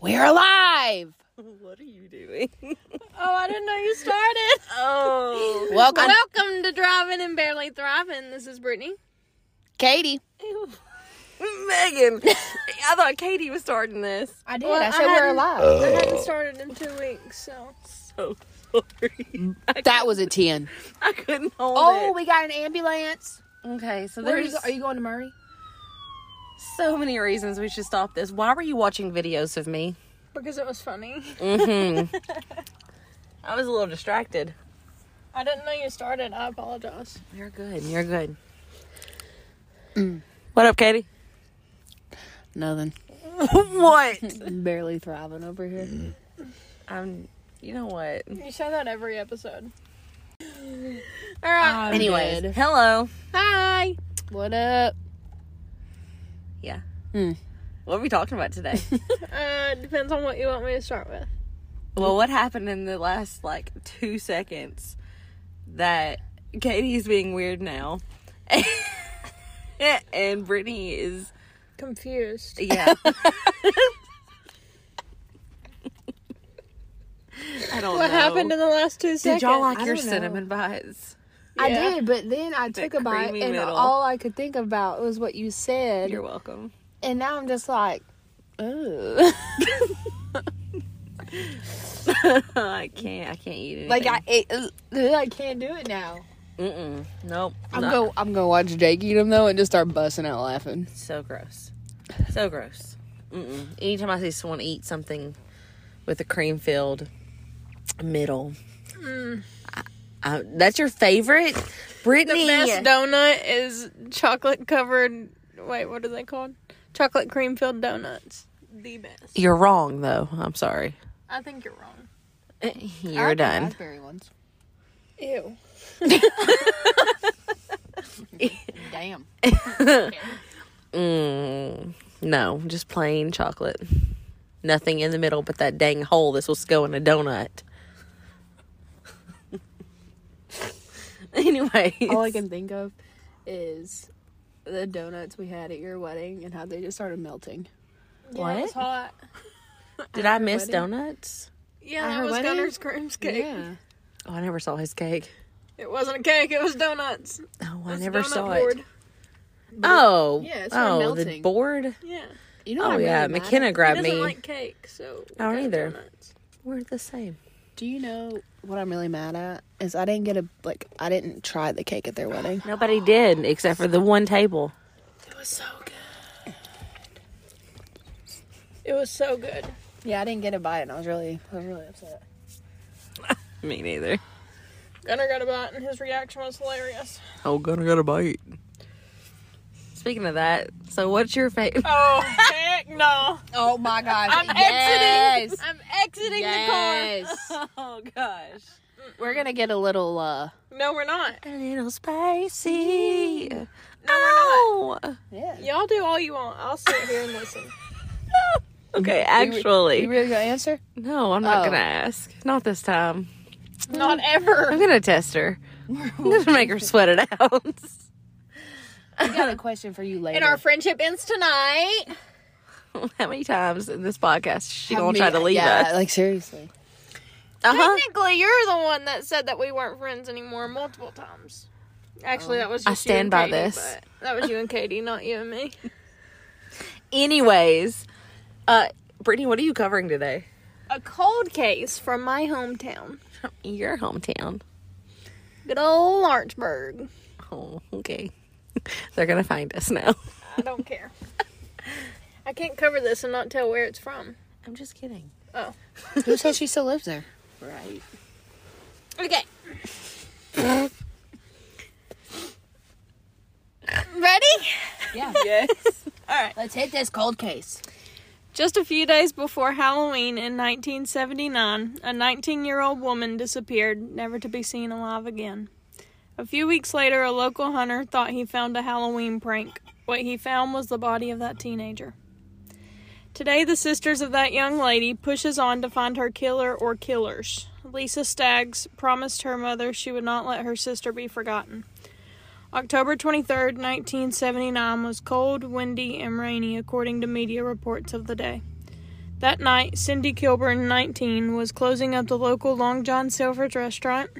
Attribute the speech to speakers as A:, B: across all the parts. A: We're alive.
B: What are you doing?
C: Oh, I didn't know you started.
B: Oh.
A: Welcome,
C: Welcome to Driving and Barely Thriving. This is Brittany.
A: Katie.
B: Megan. I thought Katie was starting this.
A: I did.
C: Well,
A: I said
C: I
A: we're
C: hadn't-
A: alive.
C: I
B: Uh.
C: haven't started in two weeks, so.
B: So sorry. I,
A: that was a ten.
B: I couldn't hold
A: Oh,
B: it.
A: we got an ambulance.
B: Okay, so
A: Where are
B: there's
A: you, go- are you going to Murray?
B: so many reasons we should stop this. Why were you watching videos of me?
C: Because it was funny.
B: Mm-hmm. I was a little distracted.
C: I didn't know you started. I apologize.
B: You're good. You're good. What up, Katie?
A: Nothing.
B: what?
A: Barely thriving over here.
B: I'm. You know what?
C: You say that every episode. All right.
B: Anyways,
A: good.
B: hello.
C: Hi.
A: What up?
B: Yeah.
A: Mm.
B: What are we talking about today?
C: Uh, depends on what you want me to start with.
B: well, what happened in the last like two seconds that Katie's being weird now, and Brittany is
C: Confused.
B: yeah. I don't
C: What
B: know.
C: happened in the last two
B: Did
C: seconds?
B: y'all like
A: I
B: your
A: don't know.
B: cinnamon bites?
A: I
C: Yeah.
A: did, but then I took a bite,
B: creamy
A: and
B: middle.
A: all I could think about was what you said,
B: You're welcome.
A: and now I'm just like, ooh.
B: I can't. I can't eat it.
A: like I, it, ugh, I can't do it now.
B: Mm-mm. Nope.
A: I'm
B: Not-
A: go. I'm gonna watch Jake eat them though, and just start busting out laughing.
B: So gross. So gross. Mm-mm. Anytime I see someone eat something with a cream filled middle, I, I, that's your favorite,
C: The
B: Brittany.
C: best donut is chocolate covered. Wait, what are they called? Chocolate cream filled donuts. The best.
B: You're wrong, though. I'm sorry.
C: I think you're wrong. Eh,
B: You're done.
A: Raspberry ones.
C: Ew.
A: Damn.
B: Mm, no, just plain chocolate. Nothing in the middle but that dang hole that's supposed to go in a donut. Anyways,
A: All I can think of is the donuts we had at your wedding and how they just started melting.
C: Yeah, It was
B: What?
C: hot.
B: did I miss
A: wedding.
B: donuts?
C: Yeah,
A: At
C: that
A: her
C: was
A: wedding?
C: Gunner's Cream's cake.
A: Yeah.
B: Oh, I never saw his cake.
C: It wasn't a cake, it was donuts. It
B: Oh, I
C: was a
B: never
C: donut
B: saw it.
C: board.
B: Oh,
A: Yeah, it
B: oh,
A: started
B: the
A: melting.
B: board.
C: Yeah.
A: You
B: Oh
A: know what I'm
B: yeah,
A: really mad
B: McKenna
A: at?
B: grabbed
C: he doesn't
B: me.
C: like cake, so. we
B: I don't
C: got
B: either.
C: Donuts.
B: We're the same.
A: Do you know what I'm really mad at? Is I didn't get a like I didn't try the cake at their wedding.
B: Nobody did except for the one table.
C: It was so good. It was so good.
A: Yeah, I didn't get a bite and I was really I was really upset.
B: Me neither.
C: Gunner got a bite, and his reaction was hilarious.
B: Oh, gonna got a bite. Speaking of that, so what's your favorite?
C: Oh, heck no.
A: Oh my gosh.
C: I'm exiting. I'm exiting the car.
B: Oh gosh,
A: We're gonna get a little uh
C: No, we're not.
B: a little spicy.
C: No, we're
A: yeah.
C: not. Y'all do all you want. I'll sit here and listen.
B: Okay,
A: You
B: actually,
A: really gonna answer?
B: no, I'm not
A: Oh.
B: gonna ask. Not this time.
C: not
B: I'm
C: ever.
B: gonna test her. Just make her sweat it out.
A: I got a question for you later.
C: And our friendship ends tonight.
B: How many times in this podcast is she
A: Have
B: gonna
A: me-
B: try to leave
A: yeah,
B: us?
A: like seriously.
B: Uh-huh.
C: Technically, you're the one that said that we weren't friends anymore multiple times. Actually, that was just
B: I
C: you
B: stand
C: and
B: by
C: Katie,
B: this.
C: but That was you and Katie, not you and me.
B: Anyways, uh, Brittany, what are you covering today?
C: A cold case from my hometown,
B: Your hometown.
C: good old Lawrenceburg.
B: Oh, okay. They're gonna find us now.
C: I don't care. I can't cover this and not tell where it's from.
B: I'm just kidding.
C: Oh,
A: Who says she still lives there?
B: Right.
C: okay. Ready?
A: Yeah.
B: Yes.
C: All right.
A: Let's hit this cold case.
C: Just a few days before Halloween in 1979, a 19 year old woman disappeared, never to be seen alive again. A few weeks later, a local hunter thought he found a Halloween prank. What he found was the body of that teenager. Today, the sisters of that young lady pushes on to find her killer or killers. Lisa Staggs promised her mother she would not let her sister be forgotten. October 23rd, 1979 was cold, windy, and rainy according to media reports of the day. That night, Cindy Kilburn, 19, was closing up the local Long John Silver's restaurant.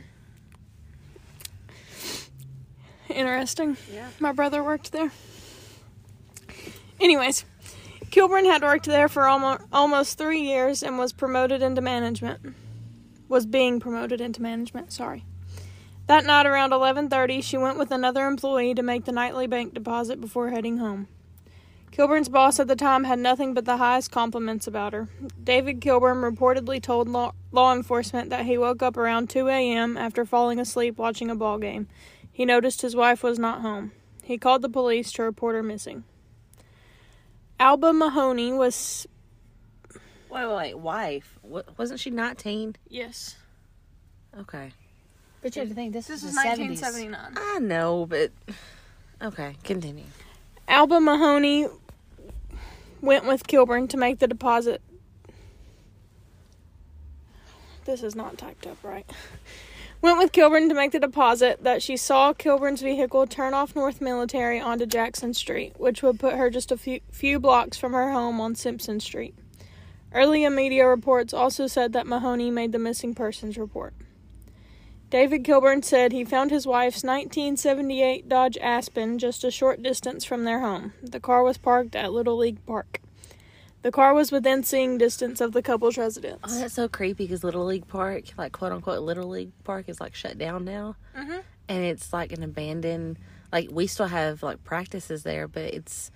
C: Interesting.
B: Yeah.
C: My brother worked there. Anyways, Kilburn had worked there for almost, almost three years and was promoted into management. Was being promoted into management, sorry. That night around 11:30, she went with another employee to make the nightly bank deposit before heading home. Kilburn's boss at the time had nothing but the highest compliments about her. David Kilburn reportedly told law, law enforcement that he woke up around 2 a.m. after falling asleep watching a ball game. He noticed his wife was not home. He called the police to report her missing. Alba Mahoney was.
B: Wait, wait, wait. Wife. What, wasn't she 19?
C: Yes.
B: Okay.
A: But you have to think this,
C: This
A: is
C: was
A: the 70s.
C: 1979.
B: I know, but. Okay, continue.
C: Alba Mahoney went with Kilburn to make the deposit. This is not typed up right. Went with Kilburn to make the deposit that she saw Kilburn's vehicle turn off North Military onto Jackson Street, which would put her just a few, few blocks from her home on Simpson Street. Earlier media reports also said that Mahoney made the missing persons report. David Kilburn said he found his wife's 1978 Dodge Aspen just a short distance from their home. The car was parked at Little League Park. The car was within seeing distance of the couple's residence.
B: Oh, that's so creepy because Little League Park, like quote unquote Little League Park, is like shut down now.
C: Mhm.
B: And it's like an abandoned, like we still have like practices there, but it's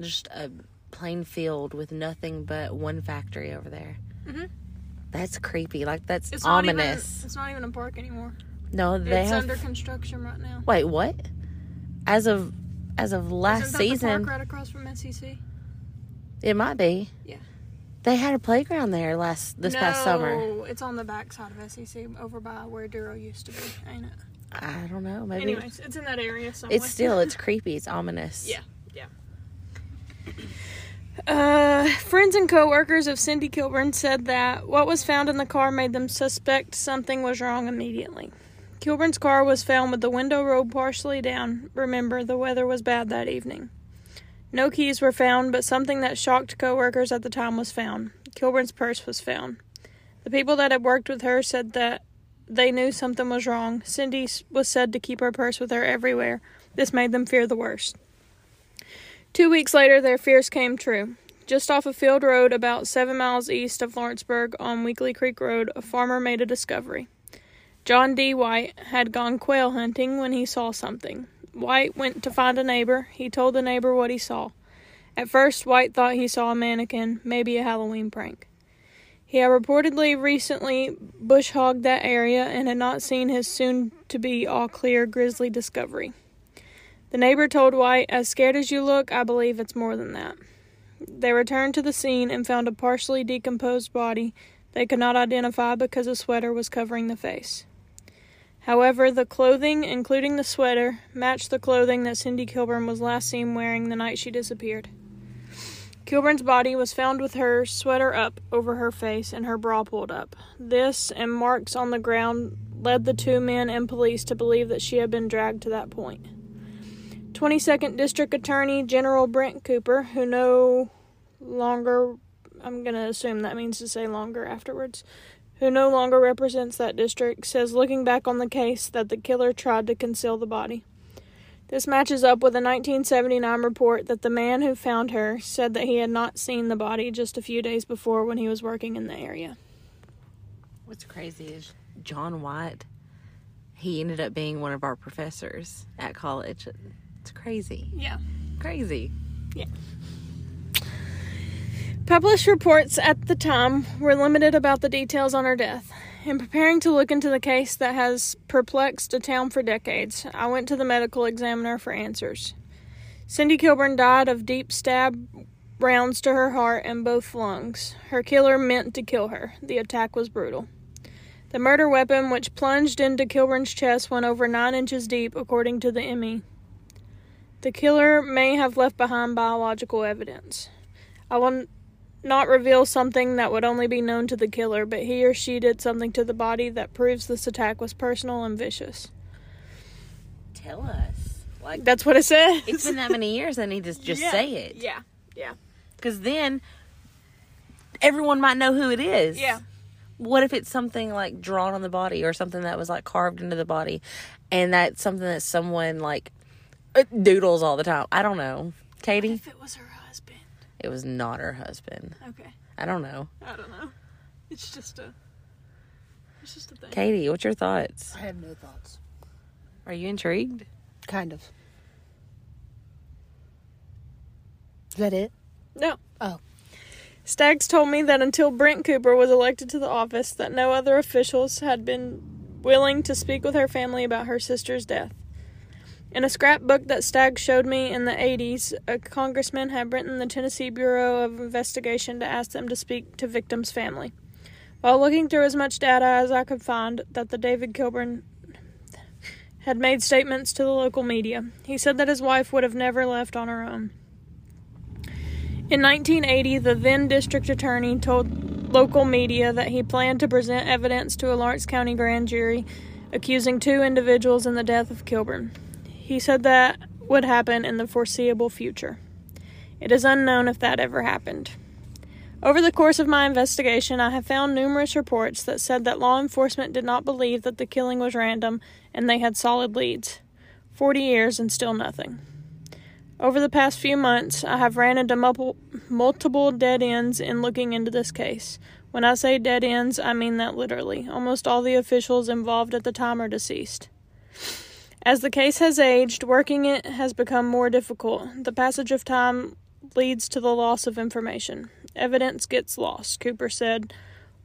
B: just a plain field with nothing but one factory over there.
C: Mhm.
B: That's creepy. Like that's
C: It's not even-
B: ominous.
C: it's not even a park anymore.
B: no, they
C: it's
B: have.
C: under construction right now.
B: Wait, what? As of as of last
C: Isn't that
B: season,
C: the park right across from E SEC?
B: it might be.
C: Yeah.
B: They had a playground there last this past summer.
C: No, it's on the backside of SEC, over by where Duro used to be, ain't it?
B: I don't know. Maybe
C: Anyways, it's in that area somewhere.
B: it's still it's creepy. It's ominous.
C: Yeah. Uh, friends and coworkers of Cindy Kilburn said that what was found in the car made them suspect something was wrong immediately. Kilburn's car was found with the window rolled partially down. Remember, the weather was bad that evening. No keys were found, but something that shocked coworkers at the time was found. Kilburn's purse was found. The people that had worked with her said that they knew something was wrong. Cindy s- was said to keep her purse with her everywhere. This made them fear the worst. Two weeks later, their fears came true. Just off a field road about seven miles east of Lawrenceburg on Weekly Creek Road, a farmer made a discovery. John D. White had gone quail hunting when he saw something. White went to find a neighbor. He told the neighbor what he saw. At first, White thought he saw a mannequin, maybe a Halloween prank. He had reportedly recently bush hogged that area and had not seen his soon to be all clear grizzly discovery. The neighbor told White, As scared as you look, I believe it's more than that. They returned to the scene and found a partially decomposed body they could not identify because a sweater was covering the face. However, the clothing, including the sweater, matched the clothing that Cindy Kilburn was last seen wearing the night she disappeared. Kilburn's body was found with her sweater up over her face and her bra pulled up. This and marks on the ground led the two men and police to believe that she had been dragged to that point. 22nd District Attorney General Brent Cooper, who no longer, I'm going to assume that means to say longer afterwards, who no longer represents that district, says looking back on the case that the killer tried to conceal the body. This matches up with a 1979 report that the man who found her said that he had not seen the body just a few days before when he was working in the area.
B: What's crazy is John White. He ended up being one of our professors at college. It's crazy,
C: Yeah.
B: crazy.
C: Published reports at the time were limited about the details on her death. In preparing to look into the case that has perplexed a town for decades, I went to the medical examiner for answers. Cindy Kilburn died of deep stab rounds to her heart and both lungs. Her killer meant to kill her. The attack was brutal. The murder weapon, which plunged into Kilburn's chest, went over nine inches deep, according to the ME. The killer may have left behind biological evidence. I will not reveal something that would only be known to the killer, but he or she did something to the body that proves this attack was personal and vicious.
B: Tell us. Like
C: That's what it says.
B: it's been that many years. I need to just say it.
C: Yeah. Yeah.
B: Because then, everyone might know who it is.
C: Yeah.
B: What if it's something like drawn on the body or something that was like carved into the body and that's something that someone like uh, doodles all the time? I don't know. Katie?
C: If it was her husband.
B: It was not her husband.
C: Okay.
B: I don't know.
C: I don't know. It's just a. It's just a thing.
B: Katie, what's your thoughts?
A: I have no thoughts.
B: Are you intrigued?
A: Kind of. Is that it?
C: No.
A: Oh.
C: Staggs told me that until Brent Cooper was elected to the office, that no other officials had been willing to speak with her family about her sister's death. In a scrapbook that Staggs showed me in the 80s, a congressman had written the Tennessee Bureau of Investigation to ask them to speak to victims' family. While looking through as much data as I could find, that the David Kilburn had made statements to the local media. He said that his wife would have never left on her own. In 1980, the then district attorney told local media that he planned to present evidence to a Lawrence County grand jury accusing two individuals in the death of Kilburn. He said that would happen in the foreseeable future. It is unknown if that ever happened. Over the course of my investigation, I have found numerous reports that said that law enforcement did not believe that the killing was random and they had solid leads. 40 years and still nothing. Over the past few months, I have ran into multiple, multiple dead ends in looking into this case. When I say dead ends, I mean that literally. Almost all the officials involved at the time are deceased. As the case has aged, working it has become more difficult. The passage of time leads to the loss of information. Evidence gets lost, Cooper said.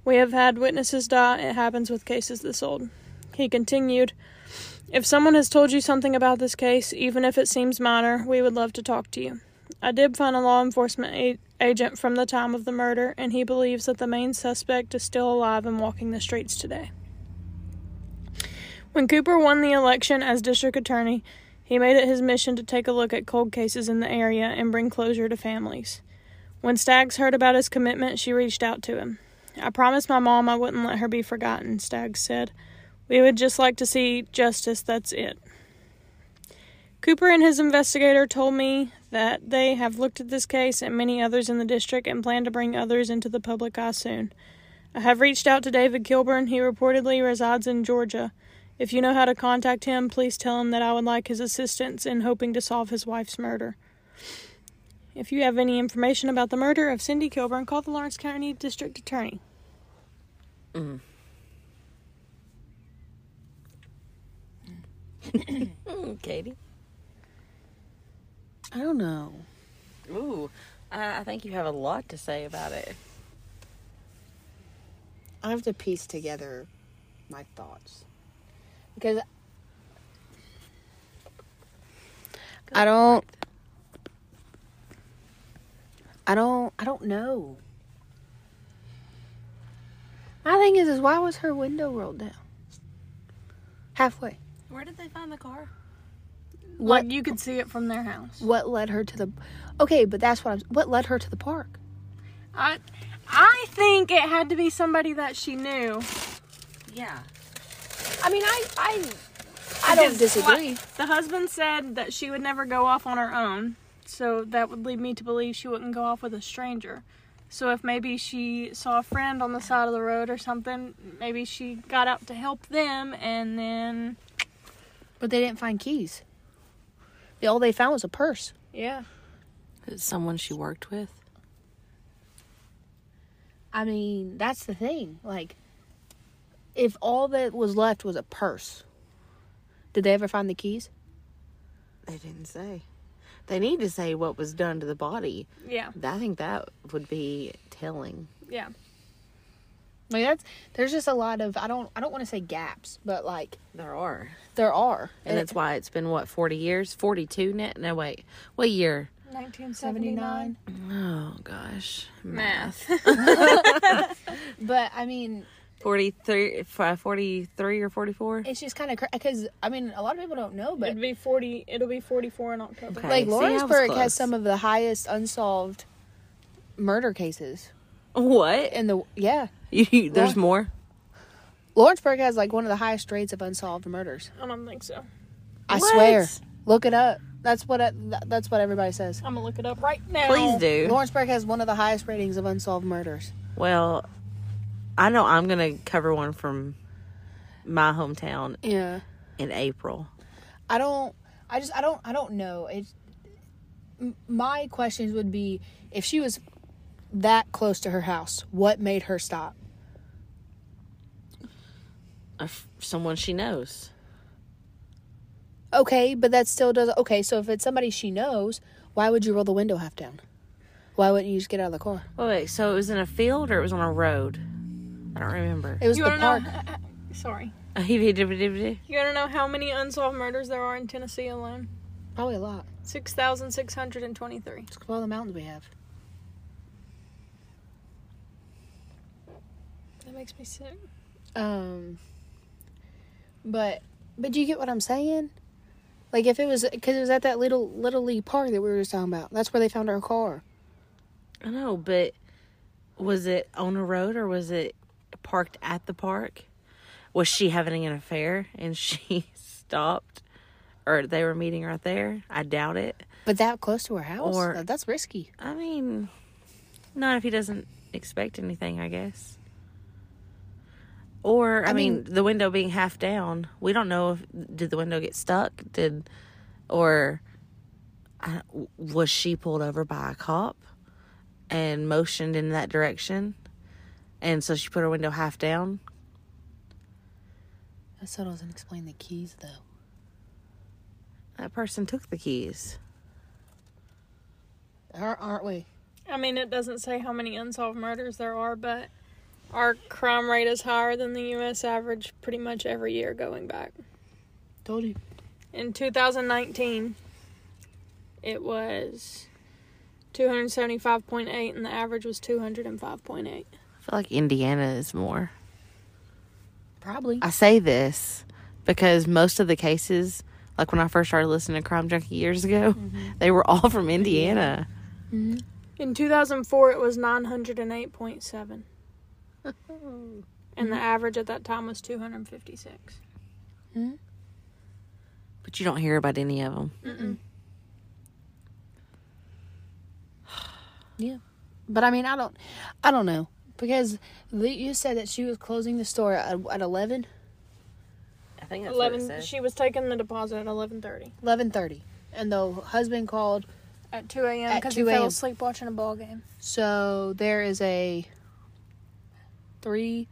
C: We have had witnesses die. It happens with cases this old. He continued, if someone has told you something about this case, even if it seems minor, we would love to talk to you. I did find a law enforcement a- agent from the time of the murder, and he believes that the main suspect is still alive and walking the streets today. When Cooper won the election as district attorney, he made it his mission to take a look at cold cases in the area and bring closure to families. When Staggs heard about his commitment, she reached out to him. I promised my mom I wouldn't let her be forgotten, Staggs said. We would just like to see justice, that's it. Cooper and his investigator told me that they have looked at this case and many others in the district and plan to bring others into the public eye soon. I have reached out to David Kilburn. He reportedly resides in Georgia. If you know how to contact him, please tell him that I would like his assistance in hoping to solve his wife's murder. If you have any information about the murder of Cindy Kilburn, call the Lawrence County District Attorney.
B: Katie?
A: I don't know.
B: Ooh, I, I think you have a lot to say about it.
A: I have to piece together my thoughts because I don't. I don't. I don't know. My thing is, is why was her window rolled down halfway?
C: Where did they find the car?
A: What
C: Like you could see it from their house.
A: what led her to the? Okay, but that's what I'm. What led her to the park?
C: I I think it had to be somebody that she knew.
B: Yeah.
A: I mean, I I I don't
C: Because, like,
A: disagree.
C: the husband said that she would never go off on her own, so that would lead me to believe she wouldn't go off with a stranger. So if maybe she saw a friend on the side of the road or something, maybe she got out to help them and then
A: But they didn't find keys. They, all they found was a purse.
C: yeah.
B: Someone she worked with.
A: I mean, that's the thing. Like, if all that was left was a purse, did they ever find the keys?
B: They didn't say. They need to say what was done to the body.
C: Yeah.
B: I think that would be telling.
C: Yeah.
A: Like that's there's just a lot of I don't I don't want to say gaps, but like
B: There are.
A: there are.
B: And that's why it's been, what, 40 years? 42 net? No, wait. What year?
C: 1979.
B: Oh, gosh.
C: Math.
A: But I mean,
B: 43, fi- 43 or 44?
A: it's just kind of because I mean a lot of people don't know, but
C: It'd be 40 it'll be 44 in October.
B: Okay.
A: like
B: See, I was
A: Lawrenceburg
B: close.
A: has some of the highest unsolved murder cases
B: What?
A: in the yeah.
B: You, there's more?
A: Lawrenceburg has like one of the highest rates of unsolved murders.
C: I don't think so.
A: I
B: What?
A: swear. Look it up. That's what I, th- that's what everybody says.
C: I'm gonna look it up right now.
B: Please do.
A: Lawrenceburg has one of the highest ratings of unsolved murders.
B: Well, I know I'm going to cover one from my hometown
D: Yeah.
B: in April.
A: I don't. I just. I don't. I don't know. It. m- My questions would be if she was that close to her house, what made her stop?
B: Of someone she knows.
A: Okay, but that still does. Okay, so if it's somebody she knows, why would you roll the window half down? Why wouldn't you just get out of the car?
B: Wait, wait, so it was in a field or it was on a road? I don't remember.
A: It was
C: You
A: the
C: wanna
A: park.
C: know? Sorry.
B: It
C: You wanna know how many unsolved murders there are in Tennessee alone?
A: Probably a lot.
C: Six thousand six hundred and twenty-three.
A: It's all the mountains we have.
C: That makes me sick.
A: Um, but but do you get what I'm saying? Like if it was because it was at that little little league park that we were just talking about. That's where they found our car.
B: I know, but was it on a road or was it parked at the park? Was she having an affair and she stopped? Or they were meeting right there? I doubt it.
A: But that close to our house,
B: Or-
A: That- that's risky.
B: I mean, not if he doesn't expect anything, I guess. Or I, mean, the window being half down, we don't know if did the window get stuck, did, or I, was she pulled over by a cop and motioned in that direction, and so she put her window half down.
A: That still doesn't explain the keys though.
B: That person took the keys.
A: Aren't, aren't we?
C: I mean, it doesn't say how many unsolved murders there are, but our crime rate is higher than the U.S. average pretty much every year going back.
A: Told you.
C: In 2019, it was 275.8, and the average was 205.8.
B: I feel like Indiana is more.
A: Probably.
B: I say this because most of the cases, like when I first started listening to Crime Junkie years ago, they were all from Indiana.
C: In 2004, it was 908.7. and the average at that time was 256.
B: But you don't hear about any of them.
A: But I mean, I don't, I don't know because the, you said that she was closing the store at, at 11,
B: I think
C: 11. She was taking the deposit at 11:30
A: 11.30. and the husband called.
C: at 2 a.m.
A: At
C: because he
A: 2
C: fell
A: a.m..
C: asleep watching a ball game.
A: So there is a three,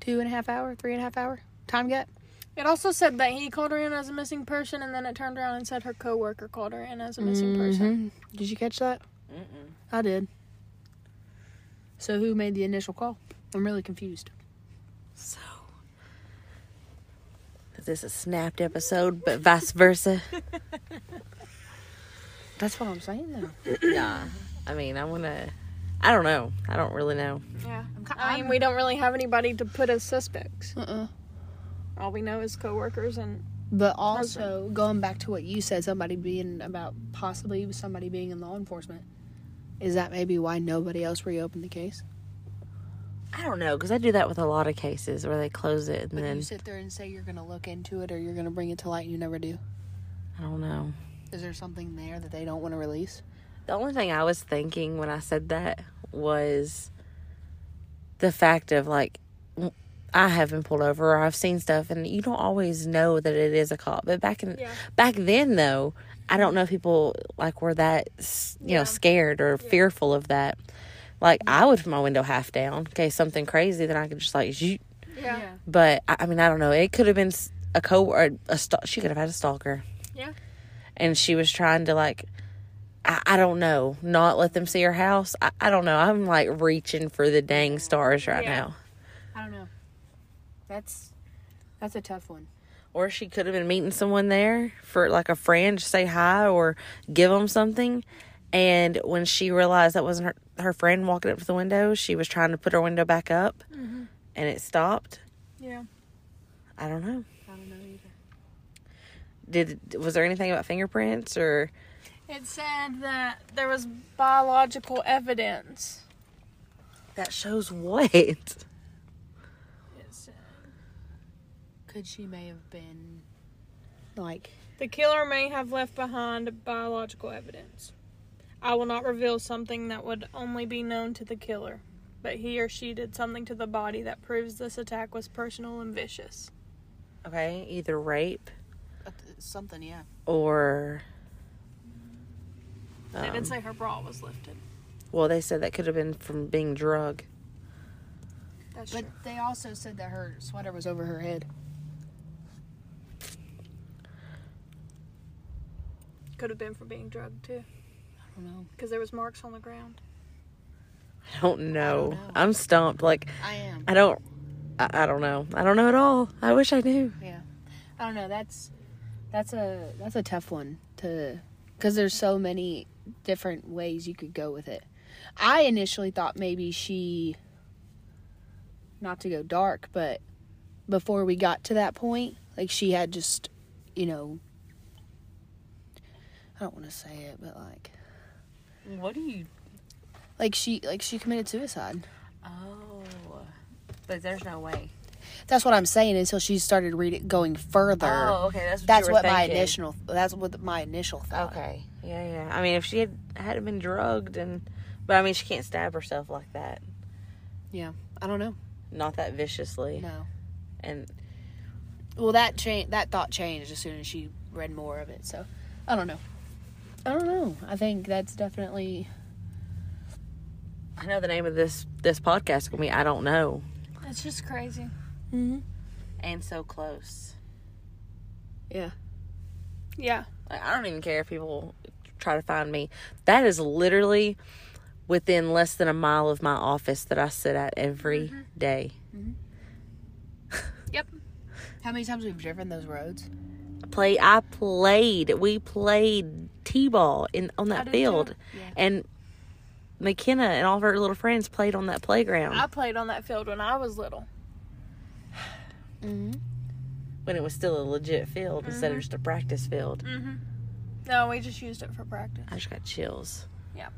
A: two and a half hour, three and a half hour time gap.
C: It also said that he called her in as a missing person, and then it turned around and said her coworker called her in as a missing person.
A: Mhm. Did you catch that? I did. So who made the initial call? I'm really confused.
B: So, is this a snapped episode, but vice versa?
A: That's what I'm saying though.
B: nah. I mean, I want to. I don't know. I don't really know.
C: Yeah, I mean, we don't really have anybody to put as suspects.
A: Uh-uh.
C: All we know is coworkers, and
A: But also going back to what you said, somebody being about possibly somebody being in law enforcement. Is that maybe why nobody else reopened the case?
B: I don't know because I do that with a lot of cases where they close it and
A: But
B: then
A: you sit there and say you're going to look into it or you're going to bring it to light and you never do.
B: I don't know.
A: Is there something there that they don't want to release?
B: The only thing I was thinking when I said that was the fact of like, I have been pulled over or I've seen stuff, and you don't always know that it is a cop. But back in
C: Yeah.
B: back then, though, I don't know if people like were that s- you know scared or fearful of that. Like I would put my window half down in case something crazy, then I could just like shoot.
C: yeah,
B: But I, I mean, I don't know. It could have been s- a co or a stalk. She could have had a stalker
C: yeah.
B: and she was trying to like I, I don't know not let them see her house I, I don't know i'm like reaching for the dang stars right
C: Yeah.
B: now
A: I don't know. That's that's a tough one.
B: or she could have been meeting someone there for like a friend to say hi or give them something and when she realized that wasn't her, her friend walking up to the window she was trying to put her window back up and it stopped
C: Yeah.
B: i don't know
A: I don't know either.
B: did was there anything about fingerprints or
C: It said that there was biological evidence.
B: that shows what
A: Could she may have been like
C: The killer may have left behind biological evidence. I will not reveal something that would only be known to the killer. but he or she did something to the body that proves this attack was personal and vicious.
B: Okay, either rape
E: Something, yeah.
B: or.
C: they
B: um,
C: did say her bra was lifted.
B: well, they said that could have been from being drug.
C: That's
A: But
C: true.
A: they also said that her sweater was over her head.
C: Could have been for being drugged too,
A: I don't know.
C: because there was marks on the ground.
B: I don't know.
E: know.
B: I'm stumped. Like
E: I am.
B: I don't. I, I don't know. I don't know at all. I wish I knew.
A: I don't know. That's that's a that's a tough one to because there's so many different ways you could go with it. I initially thought maybe she, not to go dark, but before we got to that point, like she had just, you know, I don't want to say it, but like,
E: What do you?
A: like she like she committed suicide.
B: Oh, but there's no way.
A: That's what I'm saying. Until she started reading going further,
B: Oh, okay. That's
A: that's what my initial that's what my initial thought.
B: Okay. Yeah, yeah. I mean, if she had had been drugged and, but I mean, she can't stab herself like that.
A: Yeah, I don't know.
B: Not that viciously.
A: No.
B: And
A: Well, that cha- that thought changed as soon as she read more of it. So, I don't know. I don't know. I think that's definitely
B: I know the name of this this podcast gonna be I don't know.
C: It's just crazy.
B: And so close.
C: Yeah,
B: Like, I don't even care if people try to find me. That is literally within less than a mile of my office that I sit at every day.
A: how many times we've driven those roads.
B: play I played we played T ball in on that field. And McKenna and all of her little friends played on that playground
C: I played on that field when I was little.
A: Mm-hmm.
B: when it was still a legit field instead of just a practice field.
C: No, we just used it for practice.
B: I just got chills.
C: Yeah.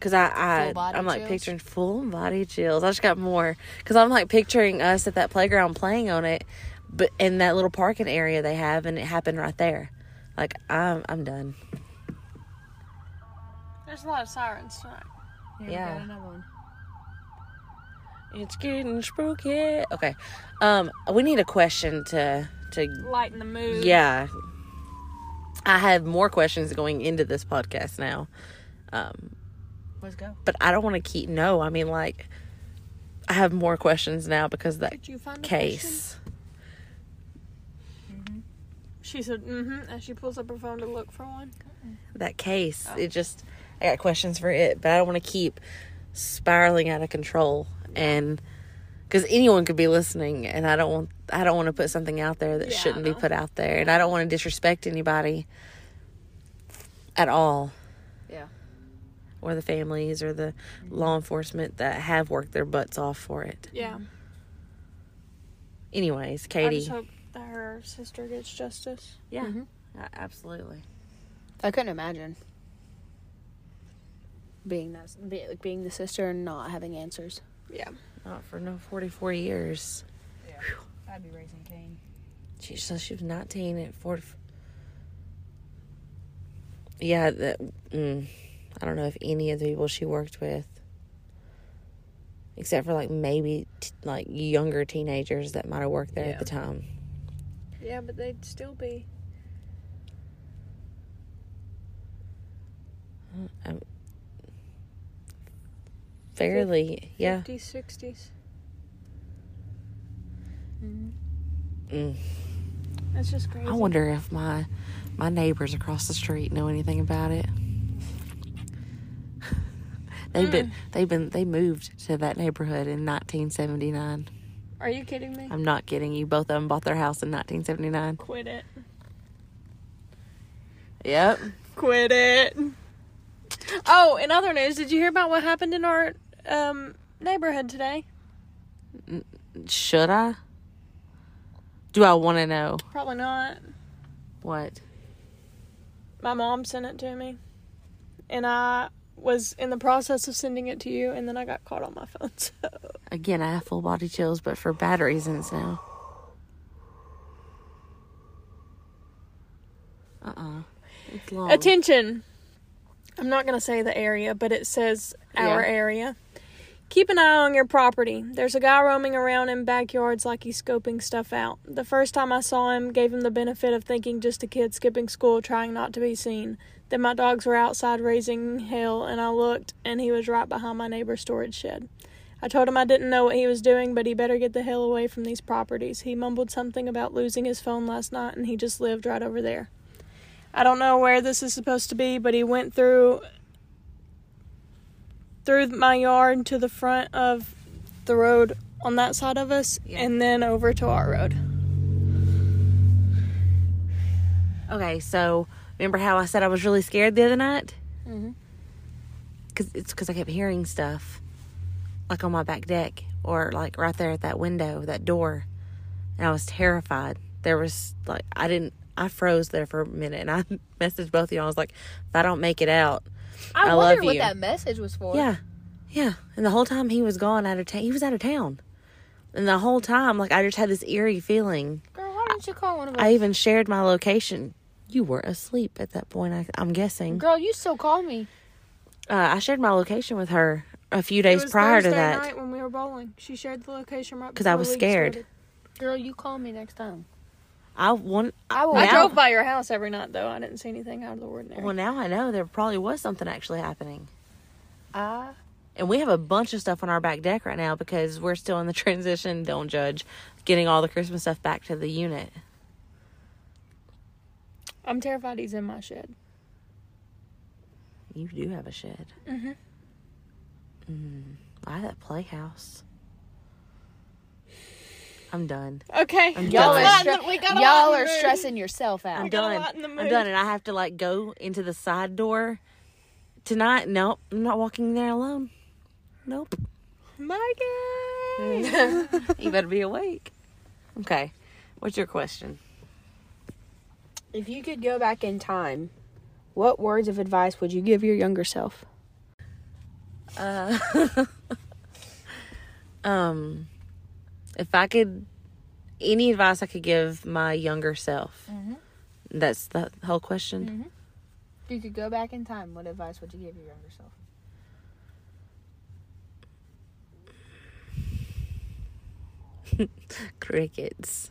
B: Cause I, I
A: Full body
B: I'm like
A: chills?
B: picturing full body chills. I just got more. Cause I'm like picturing us at that playground playing on it, but in that little parking area they have, and it happened right there. Like I'm I'm done.
C: There's a lot of sirens tonight.
B: Yeah. It's getting spooky. Okay. Um, we need a question to to
C: Lighten the mood.
B: yeah. I have more questions going into this podcast now. Um,
E: Let's go.
B: but I don't want to keep no. I mean, like, I have more questions now because of that
C: Did you find a question?
B: case.
C: She said, mm-hmm, and she pulls up her phone to look for one.
B: That case. It just I got questions for it, but I don't want to keep spiraling out of control and because anyone could be listening, and I don't want I don't want to put something out there that
C: Yeah, I
B: shouldn't be
C: know.
B: put out there, and I don't want to disrespect anybody at all.
A: Yeah.
B: Or the families or the law enforcement that have worked their butts off for it.
C: Yeah.
B: Anyways,
C: I
B: Katie.
C: just hope that her sister gets justice.
B: yeah. A- Absolutely.
A: I couldn't imagine being that be, like being the sister and not having answers.
C: Yeah.
B: Not for no 44 years.
E: I'd be raising Cain.
B: She so she was 19 at 40. Yeah, that, mm, I don't know if any of the people she worked with, except for like maybe t- like younger teenagers that might have worked there at the time.
C: Yeah, but they'd still be.
B: Um, fairly, yeah.
C: 50s, 60s.
B: Mm.
C: That's just crazy.
B: I wonder if my my neighbors across the street know anything about it. they've been they've been they moved to that neighborhood in 1979.
C: Are you kidding me?
B: I'm not kidding you. Both of them bought their house in 1979.
C: Quit it.
B: Yep.
C: Quit it. Oh, in other news, did you hear about what happened in our um, neighborhood today?
B: Should I? Do I want to know
C: Probably not.
B: what?
C: My mom sent it to me, and I was in the process of sending it to you, and then I got caught on my phone. So
B: Again, I have full body chills, but for bad reasons now. Uh uh It's long.
C: attention. I'm not gonna say the area, but it says our
B: Yeah.
C: area. Keep an eye on your property. There's a guy roaming around in backyards like he's scoping stuff out. The first time I saw him, gave him the benefit of thinking just a kid skipping school trying not to be seen. Then my dogs were outside raising hell, and I looked, and he was right behind my neighbor's storage shed. I told him I didn't know what he was doing, but he better get the hell away from these properties. He mumbled something about losing his phone last night, and he just lived right over there. I don't know where this is supposed to be, but he went through through my yard to the front of the road on that side of us, and then over to our road.
B: Okay, so remember how I said I was really scared the other night? Because it's because I kept hearing stuff, like on my back deck or like right there at that window, that door, and I was terrified. There was like I didn't. I froze there for a minute, and I messaged both of y'all. I was like, if I don't make it out,
A: I,
B: I
A: wonder
B: love
A: what
B: you.
A: that message was for.
B: yeah, yeah. And the whole time he was gone out of town, he was out of town. And the whole time, like I just had this eerie feeling.
A: Girl, why didn't you call one of us?
B: I even shared my location. You were asleep at that point. I, I'm guessing.
A: Girl, you still call me.
B: uh, I shared my location with her a few
C: It
B: days
C: was
B: prior to
C: Thursday
B: that.
C: night when we were bowling. She shared the location right
B: 'Cause I
C: before
B: was
C: league
B: scared.
C: started.
A: Girl, you call me next time.
B: I want.
A: I will.
C: I
B: Now-
C: drove by your house every night though. I didn't see anything out of the ordinary.
B: Well, now I know there probably was something actually happening,
A: I
B: and we have a bunch of stuff on our back deck right now because we're still in the transition. Don't judge. Getting all the Christmas stuff back to the unit.
C: I'm terrified he's in my shed.
B: You do have a shed. Mm-hmm. Mm, I have that playhouse. I'm done.
C: Okay.
A: y'all
B: done.
A: are,
B: Not
A: stre- y'all are stressing yourself
B: I'm
A: out.
C: got a
B: done.
C: lot in the
B: I'm
C: mood.
B: done, and I have to like go into the side door tonight. Nope, I'm not walking there alone. Nope.
A: Mm.
C: Mikey.
B: you better be awake. Okay. What's your question?
A: If you could go back in time, what words of advice would you give your younger self?
B: Um if I could any advice I could give my younger self. That's the whole question.
A: If you could go back in time, what advice would you give your younger self?
B: Mm-hmm. Crickets.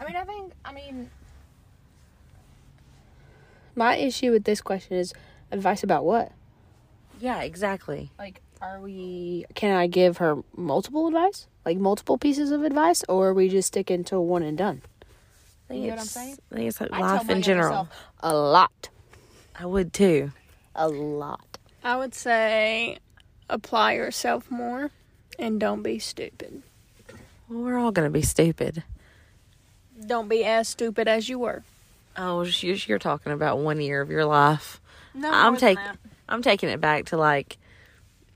A: I mean, I think, I mean, my issue with this question is advice about what?
B: Yeah, exactly.
A: Like, are we, can I give her multiple advice? Like, multiple pieces of advice, or are we just sticking to one and done?
B: I think
A: You know what I'm
B: it's-
A: saying?
B: I think it's like
A: I tell
B: life
A: my
B: in
A: younger
B: general.
A: self, a lot.
B: I would too.
A: A lot.
C: I would say apply yourself more and don't be stupid.
B: Well, we're all gonna be stupid.
C: Don't be as stupid as you were.
B: Oh, you- you're talking about one year of your life.
C: No,
B: I'm taking I'm taking it back to like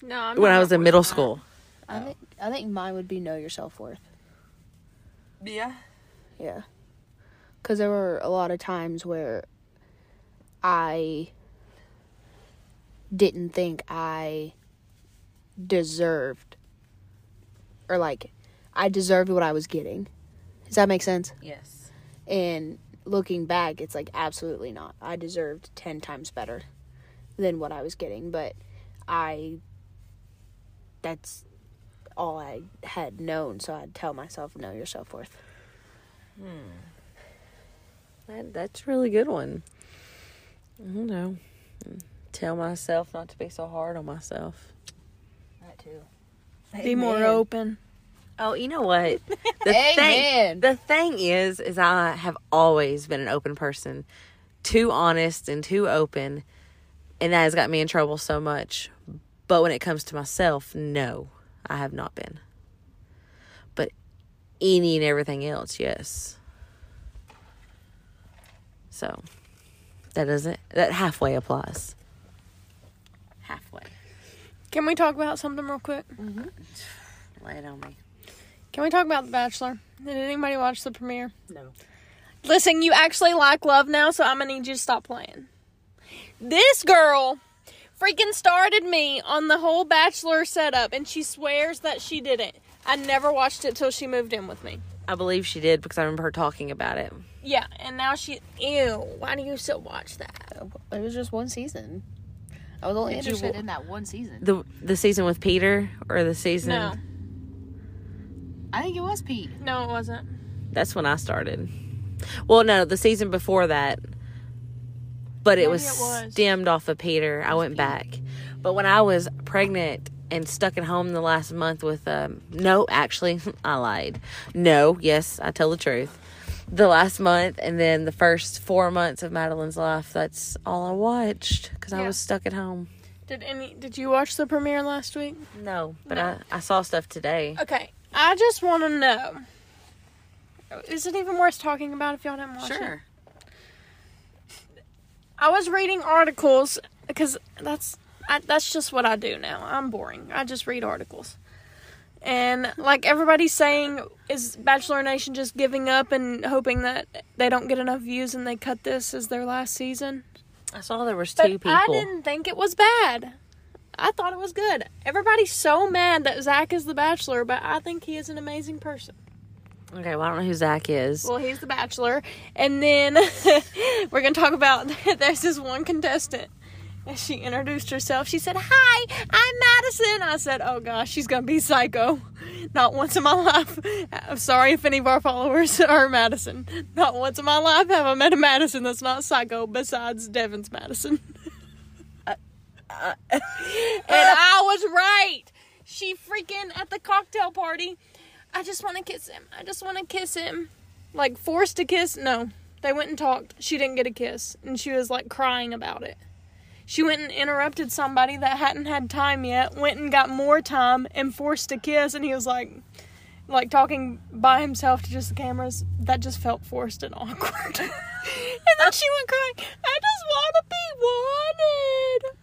C: No, I'm
B: when
C: not
B: I was in
C: more
B: middle
C: than that.
B: school.
A: I think, I think mine would be know your self worth.
E: Yeah.
A: Yeah. Because there were a lot of times where I didn't think I deserved, or like, I deserved what I was getting. Does that make sense?
B: Yes.
A: And looking back, it's like, absolutely not. I deserved 10 times better than what I was getting, but I, that's all I had known. So I'd tell myself, know your self worth.
B: That, that's a really good one. I don't know. Tell myself not to be so hard on myself.
A: That too.
C: Be more open.
B: Oh, you know what? The
A: Amen.
B: thing the thing is is I have always been an open person. Too honest and too open. And that has got me in trouble so much. But when it comes to myself, no, I have not been. But any and everything else, yes. So that doesn't that halfway applies. Halfway.
C: Can we talk about something real quick?
B: Lay it on me.
C: Can we talk about The Bachelor? Did anybody watch the premiere?
B: No.
C: Listen, you actually like love now, so I'm gonna need you to stop playing. This girl freaking started me on the whole Bachelor setup, and she swears that she didn't. I never watched it till she moved in with me.
B: I believe she did because I remember her talking about it.
C: Yeah, and now she. Ew, why do you still watch that?
A: It was just one season. I was only
B: Did you
A: interested
B: wa-
A: in that one season.
B: The the season with Peter or the season
C: No,
A: I think it was Pete.
C: no, it wasn't.
B: that's when I started. Well, no, the season before that. But it
C: Maybe
B: was,
C: it was.
B: stemmed off of Peter. I went back. But when I was pregnant and stuck at home the last month with um no, actually I lied. No, yes, I tell the truth. The last month and then the first 4 months of Madeline's life, that's all I watched cuz I
C: Yeah.
B: was stuck at home.
C: Did any? Did you watch the premiere last week?
B: No, but I I saw stuff today.
C: Okay, I just want to know. Is it even worth talking about if y'all didn't watch it? I was reading articles because that's I, that's just what I do now. I'm boring. I just read articles, and like everybody's saying, is Bachelor Nation just giving up and hoping that they don't get enough views and they cut this as their last season?
B: I saw there was
C: But
B: two
C: I
B: people.
C: didn't think it was bad. I thought it was good. Everybody's so mad that Zach is the Bachelor, but I think he is an amazing person.
B: Okay, well I don't know who Zach is.
C: Well, he's the bachelor, and then we're gonna talk about there's this one contestant. And she introduced herself. She said, "Hi, I'm Madison." I said, "Oh gosh, she's gonna be psycho." Not once in my life. I'm sorry if any of our followers are Madison. Not once in my life have I met a Madison that's not psycho. Besides Devin's Madison. and I was right. She freaking at the cocktail party. I just want to kiss him. I just want to kiss him. Like forced to kiss? No. They went and talked. She didn't get a kiss, and she was like crying about it. She went and interrupted somebody that hadn't had time yet, went and got more time and forced a kiss, and he was like like talking by himself to just the cameras. That just felt forced and awkward. and then she went crying, I just want to be wanted.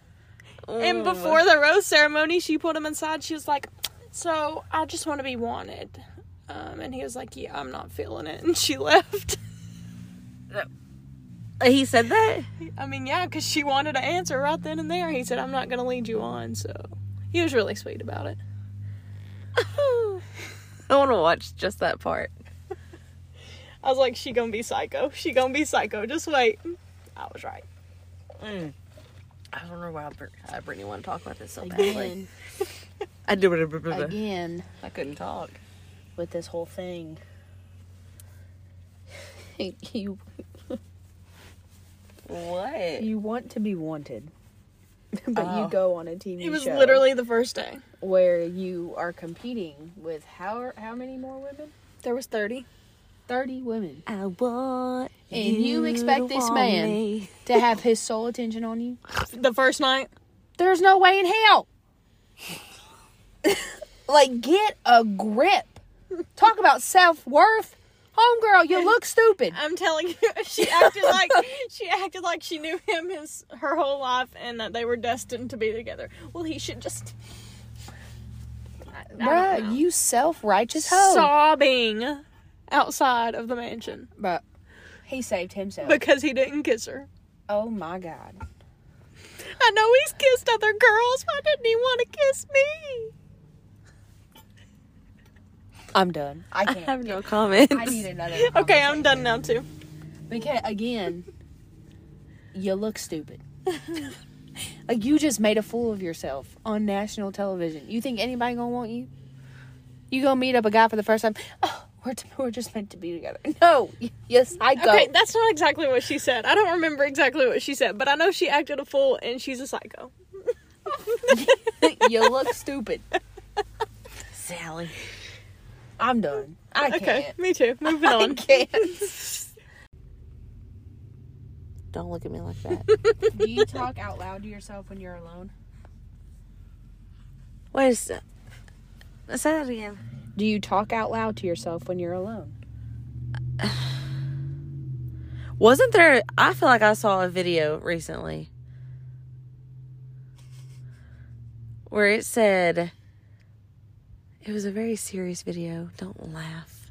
C: And before the rose ceremony, she pulled him inside. She was like, "So I just want to be wanted," um, and he was like, "Yeah, I'm not feeling it," and she left.
B: he said that?
C: I mean, yeah, because she wanted an answer right then and there. He said, "I'm not gonna lead you on," so he was really sweet about it.
B: I want to watch just that part.
C: I was like, "She gonna be psycho. She gonna be psycho. Just wait." I was right.
B: I don't know why Br- uh, Brittany want to talk about this so badly.
A: Again,
B: I do it.
A: again
B: I couldn't talk.
A: with this whole thing. you
B: What?
A: you want to be wanted, but
B: Oh.
A: you go on a TV
C: It was
A: show
C: literally the first day.
A: where you are competing with how how many more women?
C: There was thirty.
A: Thirty women
B: I want.
A: And you expect
B: to
A: this
B: want
A: man-
B: me.
A: to have his sole attention on you.
C: The first night.
A: There's no way in hell. like, get a grip. Talk about self worth. Homegirl, you look stupid.
C: I'm telling you, she acted like she acted like she knew him his her whole life and that they were destined to be together. Well, he should just
A: Bruh, you self righteous hoe.
C: sobbing outside of the mansion
A: Bruh, he saved himself.
C: because he didn't kiss her.
A: oh my God.
C: I know he's kissed other girls. Why didn't he want to kiss me?
A: I'm done. I
B: I
A: can't.
B: have no comments.
A: I need another.
C: Okay, I'm done now too.
A: Because, again, you look stupid. like, you just made a fool of yourself on national television. You think anybody gonna want you? You gonna meet up a guy for the first time? Oh, we're, t- we're just meant to be together. No. Yes, I go.
C: Okay, that's not exactly what she said. I don't remember exactly what she said, but I know she acted a fool and she's a psycho.
A: you look stupid.
B: Sally.
A: I'm done. I can't.
C: Okay, me too. Moving on.
B: Don't look at me like that.
A: Do you talk out loud to yourself when you're alone?
B: what is that? Say that again.
A: Do you talk out loud to yourself when you're alone?
B: Wasn't there? I feel like I saw a video recently where it said it was a very serious video. Don't laugh.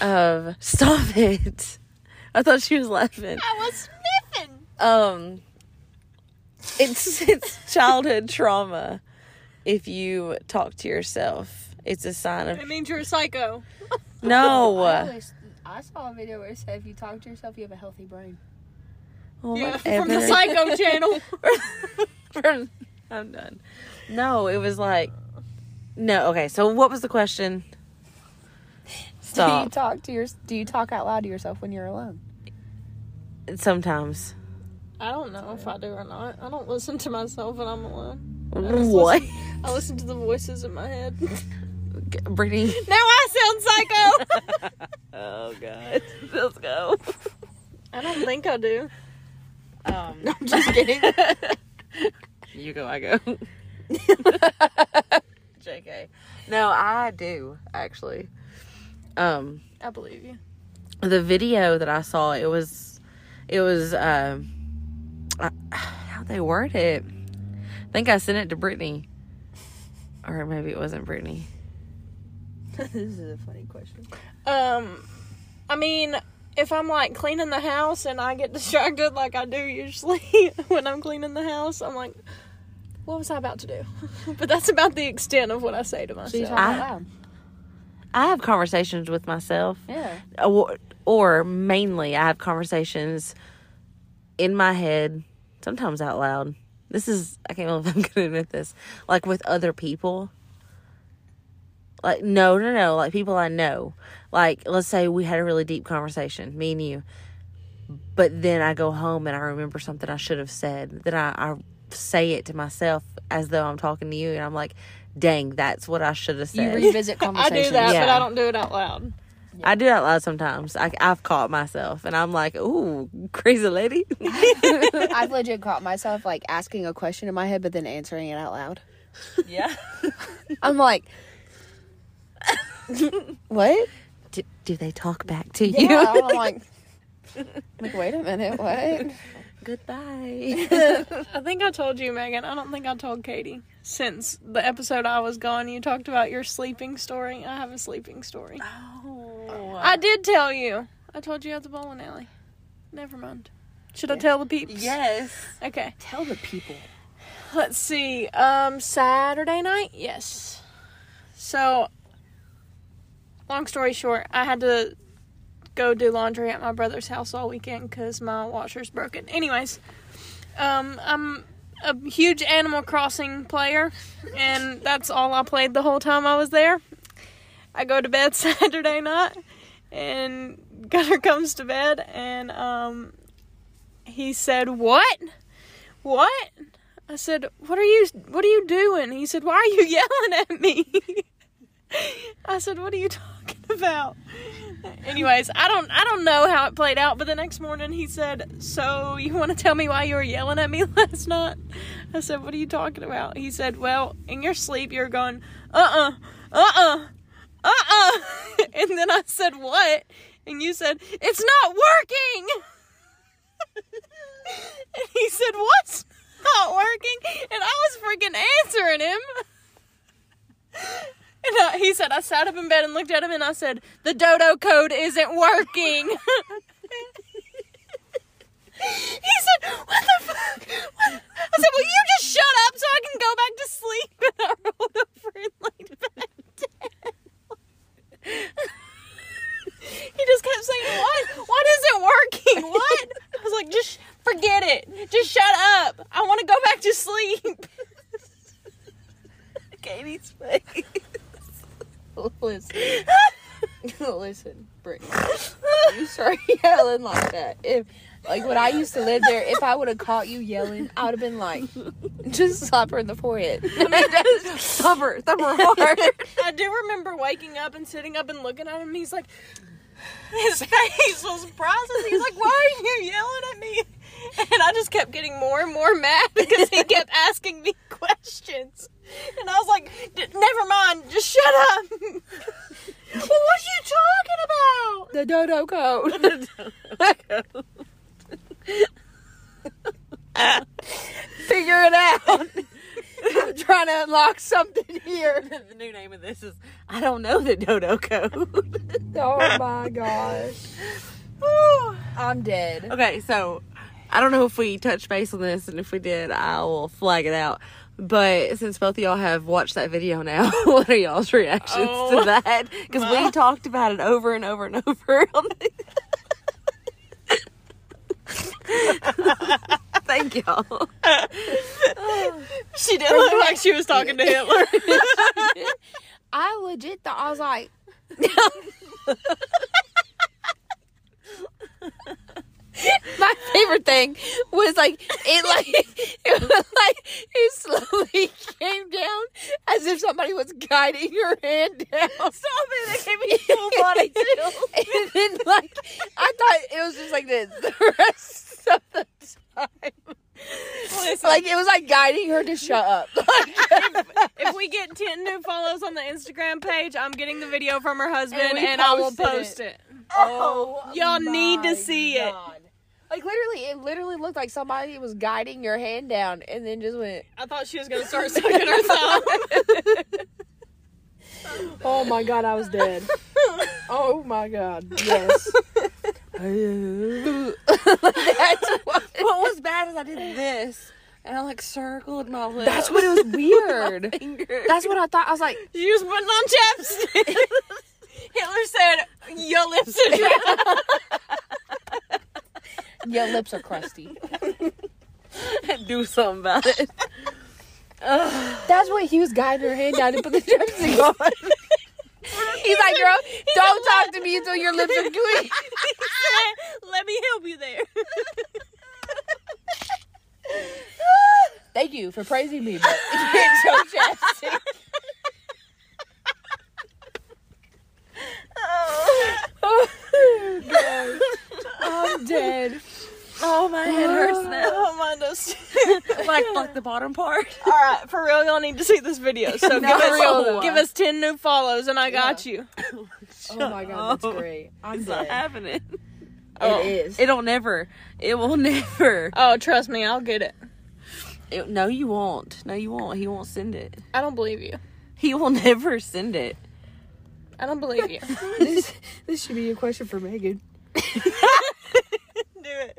B: Of stop it. I thought she was laughing.
C: I was sniffing.
B: Um, it's it's childhood trauma. If you talk to yourself, it's a sign of
C: It means you're a psycho.
B: no.
A: I saw a video where it said if you talk to yourself, you have a healthy brain.
C: from the
B: whatever.
C: Psycho Channel.
B: From- I'm done. No, it was like, no. Okay, so what was the question?
A: Do you
B: Stop.
A: talk to your? Do you talk out loud to yourself when you're alone?
B: Sometimes.
C: I don't know if I do or not. I don't listen to myself when I'm alone. just
B: What?
C: I listen to the voices in my head.
B: Brittany.
C: now I sound psycho.
B: Oh God. Let's go.
C: I don't think I do.
B: Um, I'm just kidding. you go. I go. Jk. No, I do actually. Um.
C: I believe you.
B: the video that I saw, it was, it was, um, uh, how they word it. I think I sent it to Brittany, or maybe it wasn't Brittany.
E: this is a funny question.
C: Um, I mean, if I'm like cleaning the house and I get distracted like I do usually when I'm cleaning the house, I'm like, what was I about to do? but that's about the extent of what I say to myself.
A: Do you talk
B: I-
A: out loud?
B: I have conversations with myself,
A: Yeah.
B: or, or mainly I have conversations in my head, sometimes out loud. This is I can't believe I'm gonna admit this, like with other people. Like no, no, no, like people I know. Like let's say we had a really deep conversation, me and you. but then I go home and I remember something I should have said. Then I, I say it to myself as though I'm talking to you, and I'm like, "Dang, that's what I should have
A: You
B: said."
A: revisit
C: I
A: conversations.
C: do that, but
B: Yeah.
C: I don't do it out loud.
B: I do that a lot sometimes. I, I've caught myself, and I'm like, "Ooh, crazy lady."
A: I've legit caught myself like asking a question in my head, but then answering it out loud.
E: Yeah.
A: I'm like, what?
B: do, do they talk back to you?
A: Yeah. I'm like, like wait a minute, what?
B: Goodbye.
C: I think I told you, Megan. I don't think I told Katie since the episode I was gone. You talked about your sleeping story. I have a sleeping story. I did tell you. I told you at the bowling alley. Never mind. Should I tell the peeps?
E: Yes.
C: Okay.
A: Tell the people.
C: Let's see. Um, Saturday night. Yes. So, long story short, I had to go do laundry at my brother's house all weekend because my washer's broken. Anyways, um, I'm a huge Animal Crossing player, and that's all I played the whole time I was there. I go to bed Saturday night, and Gunner comes to bed, and um, he said, "What? What?" I said, "What are you? What are you doing?" He said, "Why are you yelling at me?" I said, "What are you talking about?" Anyways, I don't, I don't know how it played out, but the next morning he said, "So you want to tell me why you were yelling at me last night?" I said, "What are you talking about?" He said, "Well, in your sleep you were going, uh, uh-uh, uh, uh, uh, uh," and then I said, "What?" And you said, "It's not working." and he said, "What's not working?" And I was freaking answering him. And I, he said, "I sat up in bed and looked at him, and I said, the dodo code isn't working." he said, "What the fuck?" What? I said, "Well, you just shut up so I can go back to sleep." And I rolled over and laid back down. He just kept saying, "What? What isn't working? What?" I was like, "Just forget it. Just shut up. I want to go back to sleep."
E: Katie's face.
A: Listen,
E: Listen, Brittany. You start yelling like that. If
A: like when I used to live there, if I would have caught you yelling, I would have been like, just slap her in the forehead.
B: thumb her, thumb her hard.
C: I do remember waking up and sitting up and looking at him. He's like, his face was processing. He's like, "Why are you yelling at me?" And I just kept getting more and more mad because he kept asking me questions. And I was like, "D- "Never mind. Just shut up." well, what are you talking about?
A: the dodo code. Figure it out. I'm trying to unlock something here.
B: the new name of this is I don't know the dodo code.
A: Oh my gosh. I'm dead.
B: okay, so I don't know if we touched base on this, and if we did, I will flag it out. But since both of y'all have watched that video now, what are y'all's reactions
C: Oh.
B: to that? Because we talked about it over and over and over. On the-
F: Thank y'all.
B: She did look like
C: she was talking to Hitler.
A: I legit thought I was like, my favorite thing was like it like it was like it slowly came down as if somebody was guiding her hand down. Stop it! It gave me full body chills. and then like I thought it was just like this the rest of the time. Like it was like guiding her to shut up.
C: if we get 10 new follows on the Instagram page, I'm getting the video from her husband and, I will post it.
A: oh,
C: Y'all need to see it.
A: Like literally, it literally looked like somebody was guiding your hand down and then just went.
C: I thought she was going to start sucking her thumb.
F: Oh my god, I was dead. Oh my god. Yes.
A: That's what.
B: what was bad is I did this and I like circled my lips.
A: That's what it was weird.
B: finger.
A: That's what I thought. I was like,
C: She was putting on chapstick. Hitler said, Your lips are dry.
A: your lips are crusty.
B: Do something about it.
A: That's what he was guiding her hand down to put the dressing on. He's like, girl, don't talk to me until your lips are gooey.
C: Let me help you there.
A: Thank you for praising me, but you can't show chapstick.
C: Oh.
A: I'm dead.
B: Oh my head hurts now.
C: Oh, mine does.
B: Like like the bottom part.
C: All right, for real, y'all need to see this video. So give, us,
A: though.
C: give us 10 new follows and I got you.
A: Oh my god, that's great. I'm
B: It's not
A: dead.
B: happening.
C: Oh.
A: It is.
B: It don't never. It will never.
C: Oh, trust me, I'll get it.
B: It- no, you won't. No, you won't. He won't send it.
C: I don't believe you.
B: He will never send it.
C: I don't believe you. Do
F: this, this should be a question for Megan.
C: it.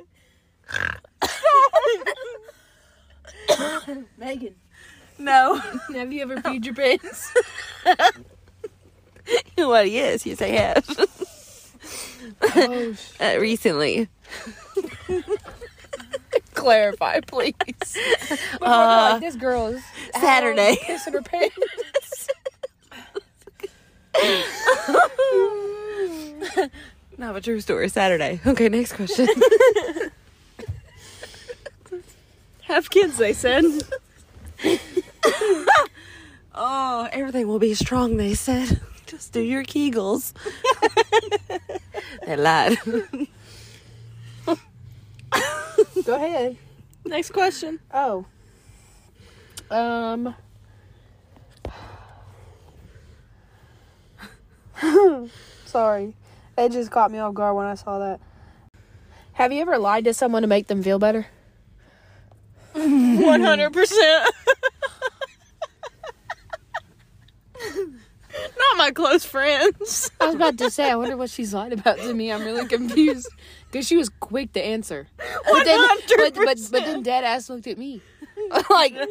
F: Megan,
B: No.
F: have you ever peed your pants?
B: well, yes, yes, I have.
F: Oh,
B: Uh, recently.
A: Clarify, please.
B: Uh,
A: like, this girl is
B: Saturday.
A: pissing her pants.
B: Not a true story. Saturday. Okay, next question.
C: Have kids, they said.
B: oh, everything will be strong, they said. Just do your kegels. they lied.
F: Go ahead.
C: Next question.
F: Oh. Um. Sorry. It just caught me off guard when I saw that.
A: Have you ever lied to someone to make them feel better?
C: 100%. Not my close friends.
A: I was about to say, I wonder what she's lied about to me. I'm really confused. Because she was quick to answer. But then, but, but, but then dead ass looked at me. like,
C: Not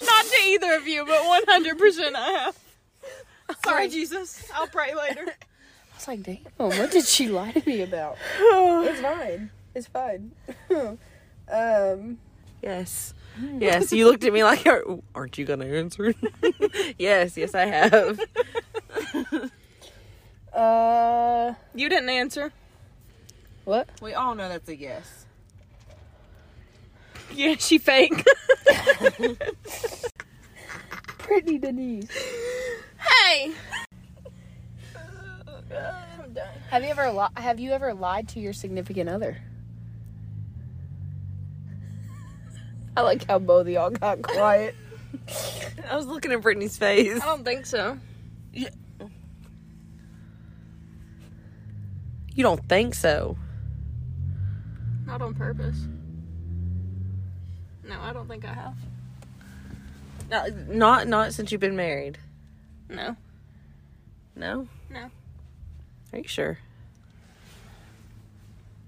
C: to either of you, but 100% I have. Sorry, Jesus. I'll pray later.
A: I was like, damn, what did she lie to me about?
F: It's fine. It's fine. um.
B: Yes. Yes, you looked at me like, "Are- aren't you going to answer? yes, yes, I have.
F: Uh.
C: You didn't answer.
A: What?
B: We all know that's a yes.
C: Yeah, she fake.
F: Brittany Denise.
C: hey!
A: Have you ever li- have you ever lied to your significant other? I like how both of y'all got quiet.
B: I was looking at Brittany's face.
C: I don't think so.
B: You don't think so?
C: Not on purpose. No, I don't think I have.
B: No, not not since you've been married.
C: No.
B: No.
C: No.
B: Are you sure?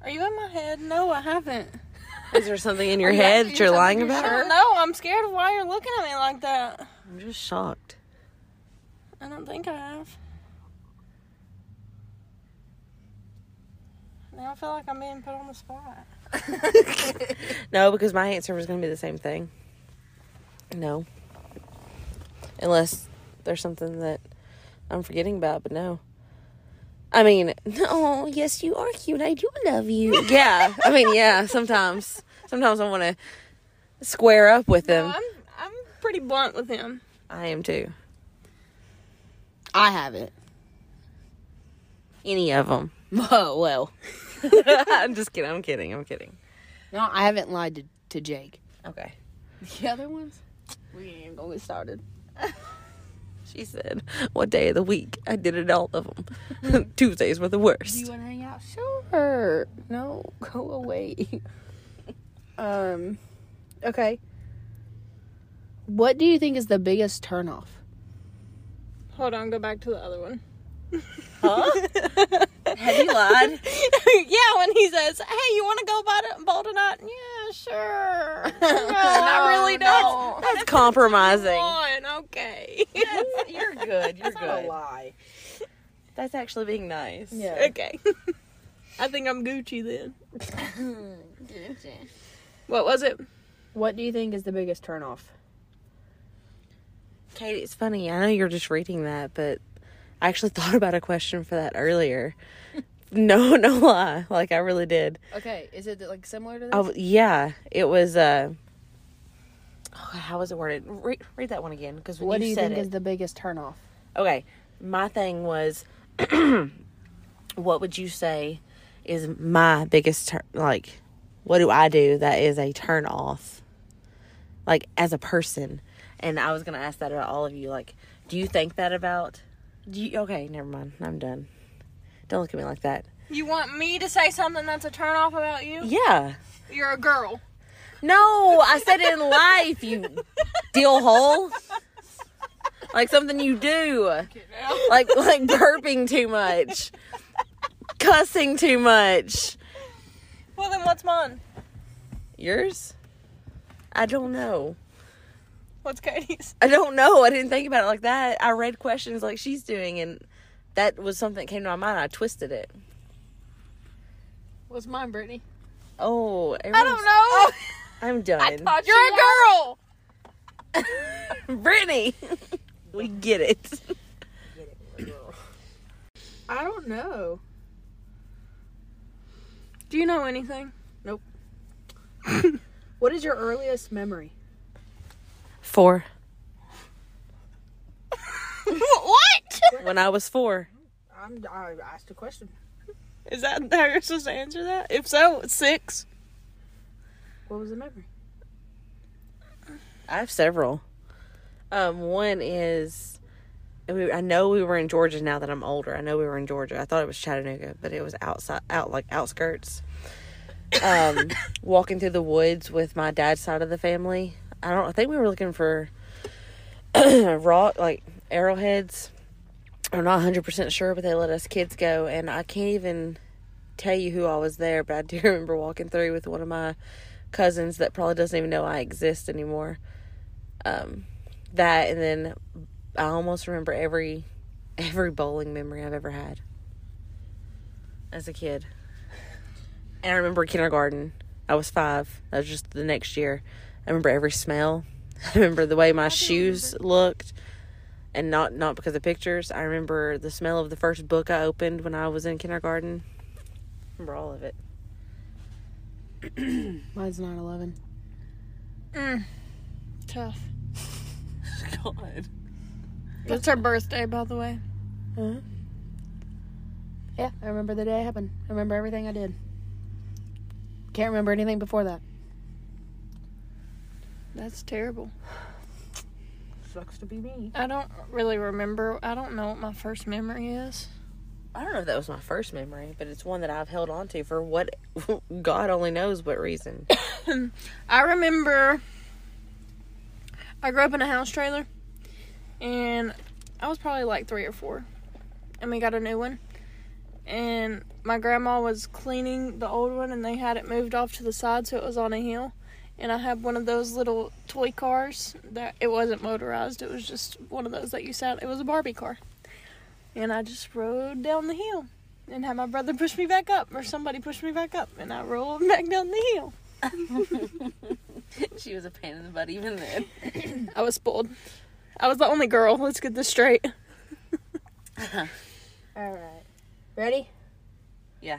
C: Are you in my head? No, I haven't.
B: Is there something in your head that you're lying about?
C: I don't know. I'm scared of why you're looking at me like that.
B: I'm just shocked.
C: I don't think I have. Now I feel like I'm being put on the spot.
B: No, because my answer was going to be the same thing. No. Unless there's something that I'm forgetting about, but no. I mean, oh, yes, you are cute. I do love you. yeah. I mean, yeah, sometimes. Sometimes I want to square up with
C: No,
B: them.
C: I'm I'm pretty blunt with him.
B: I am too.
A: I haven't.
B: Any of them.
A: Oh, well.
B: I'm just kidding. I'm kidding. I'm kidding.
A: No, I haven't lied to, to Jake.
B: Okay.
A: The other ones? We ain't even gonna get started.
B: She said, what day of the week? I did it all of them. Tuesdays were the worst.
A: wanna hang out?
D: Sure. No, go away. um, okay.
A: What do you think is the biggest turnoff?
C: Hold on, go back to the other one.
B: Have you lied?
C: yeah, when he says, "Hey, you want to go bowl, bowl tonight?" Yeah, sure. No, I
B: Oh,
C: really don't.
B: That's compromising.
C: Fine, okay.
B: You're good. You're good.
D: lie.
B: That's actually being nice. Yeah.
C: okay. I think I'm Gucci then. What was it?
D: What do you think is the biggest turnoff?
B: Kate, it's funny. I know you're just reading that, but I actually thought about a question for that earlier. no, no lie. Like I really did.
A: Okay, is it like similar to this?
B: I w yeah, it was. uh oh, God, How was it worded? Re- read that one again, because
A: what do you
B: said
A: think
B: it,
A: is the biggest turnoff?
B: Okay, my thing was, what would you say is my biggest turn? Like, what do I do that is a turn off? Like, as a person, and I was gonna ask that about all of you. Like, do you think that about? Do you? Okay, never mind. I'm done. Don't look at me like that.
C: You want me to say something that's a turnoff about you?
B: Yeah.
C: You're a girl.
B: No, I said in life, you deal hole. Like something you do. Like like burping too much. Cussing too much.
C: Well, then what's mine?
B: Yours? I don't know.
C: What's Katie's?
B: I don't know. I didn't think about it like that. I read questions like she's doing and that was something that came to my mind. I twisted it.
D: What's mine, Brittany?
B: Oh,
C: I don't know.
B: I'm done.
C: You're a girl.
B: Brittany. we get it.
D: I don't know.
C: Do you know anything?
D: What is your earliest memory?
B: Four.
C: what?
B: When I was four.
D: I'm, I asked a question.
C: Is that how you're supposed to answer that? If so, it's six.
D: What was the memory?
B: I have several. Um, one is, we, I know we were in Georgia. Now that I'm older, I know we were in Georgia. I thought it was Chattanooga, but it was outside, out like outskirts. Um, walking through the woods with my dad's side of the family. I don't. I think we were looking for rock, like arrowheads. I'm not 100 percent sure, but they let us kids go, and I can't even tell you who I was there. But I do remember walking through with one of my cousins that probably doesn't even know I exist anymore um that and then i almost remember every every bowling memory i've ever had as a kid and i remember kindergarten i was five that was just the next year i remember every smell i remember the way my shoes looked and not not because of pictures i remember the smell of the first book i opened when i was in kindergarten remember all of it
A: Mine's 9 11.
C: Mm. Tough.
B: god
C: That's her birthday, by the way.
A: Yeah, I remember the day it happened. I remember everything I did. Can't remember anything before that.
C: That's terrible.
D: Sucks to be me.
C: I don't really remember. I don't know what my first memory is.
B: I don't know if that was my first memory, but it's one that I've held on to for what God only knows what reason.
C: I remember I grew up in a house trailer and I was probably like three or four. And we got a new one. And my grandma was cleaning the old one and they had it moved off to the side so it was on a hill. And I had one of those little toy cars that it wasn't motorized, it was just one of those that you sat it was a Barbie car. And I just rode down the hill and had my brother push me back up, or somebody push me back up, and I rolled back down the hill.
B: she was a pain in the butt even then.
C: I was spoiled. I was the only girl. Let's get this straight.
A: All right. Ready?
B: Yeah.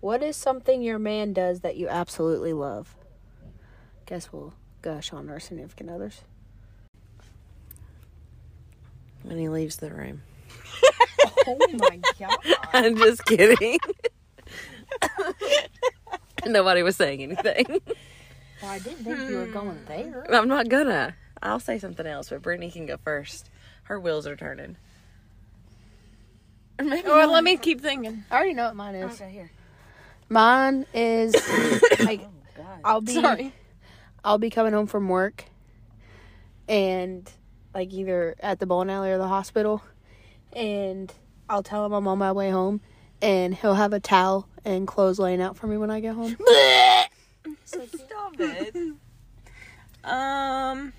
A: What is something your man does that you absolutely love? Guess we'll gush on our significant others.
B: When he leaves the room.
A: Oh my god.
B: I'm just kidding. Nobody was saying anything.
A: I didn't think you were going there.
B: I'm not gonna. I'll say something else, but Brittany can go first. Her wheels are turning. Or Maybe
C: Or let me keep thinking.
A: I already know what mine is.
B: here.
A: Mine is like I'll be
C: Sorry.
A: I'll be coming home from work and like either at the bowling alley or the hospital and I'll tell him I'm on my way home and he'll have a towel and clothes laying out for me when I get home.
B: Stop it.
C: Um,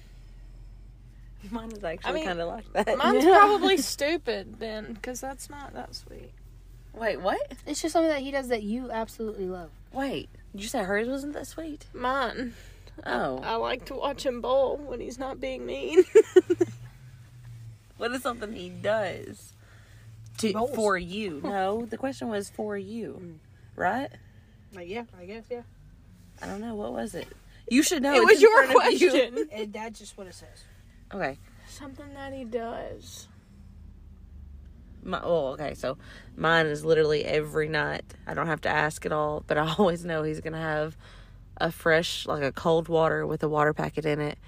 B: Mine is actually
C: I mean-
B: kind of like that.
C: mine's probably stupid then, because that's not that sweet.
B: Wait, what?
A: It's just something that he does that you absolutely love.
B: Wait, you said hers wasn't that sweet?
C: Mine.
B: Oh.
C: I like to watch him bowl when he's not being mean.
B: What is something he does to for you? No, the question was for you, right?
A: Like yeah, I guess yeah.
B: I don't know. What was it? You should know.
C: it
B: It's
C: was
B: in
C: your
B: front of you.
C: question.
A: And that's just what it says.
B: Okay.
C: Something that he does.
B: My, oh, okay. So mine is literally every night. I don't have to ask at all, but I always know he's gonna have a fresh, like a cold water with a water packet in it,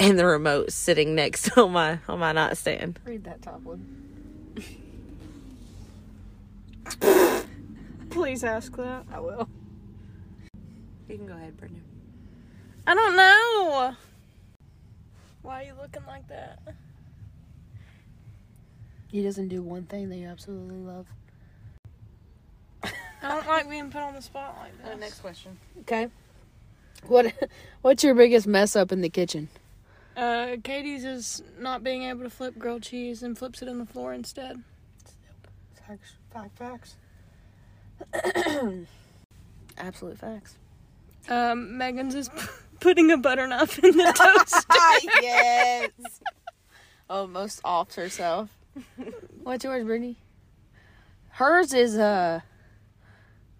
B: and the remote sitting next on my on my nightstand.
A: Read that top one.
C: Please ask that.
A: I will.
B: You can go ahead, Brenda.
C: I don't know. Why are you looking like that?
A: He doesn't do one thing that you absolutely love.
C: I don't like being put on the spot like
A: Uh,
C: that.
B: Next question.
A: Okay. What what's your biggest mess up in the kitchen?
C: Uh, Katie's is not being able to flip grilled cheese and flips it on the floor instead.
A: Facts, fact, facts. Absolute facts.
C: Um, Megan's is p- putting a butter knife in the toast.
A: yes. Almost offed herself. What's yours, Brittany? Hers is uh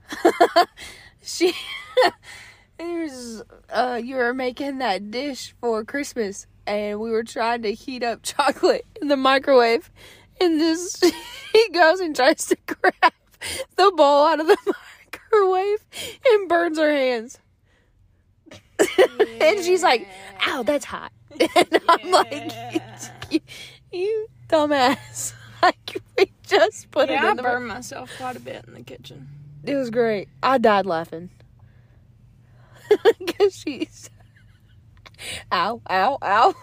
A: she Here's uh you were making that dish for Christmas and we were trying to heat up chocolate in the microwave and this he goes and tries to grab the bowl out of the microwave and burns her hands. and she's like, ow, that's hot. And I'm like, you, you dumbass. Like, we just put it
C: yeah, I
A: in the
C: burn myself quite a bit in the kitchen.
A: it was great. I died laughing. Because she's. Ow, ow, ow.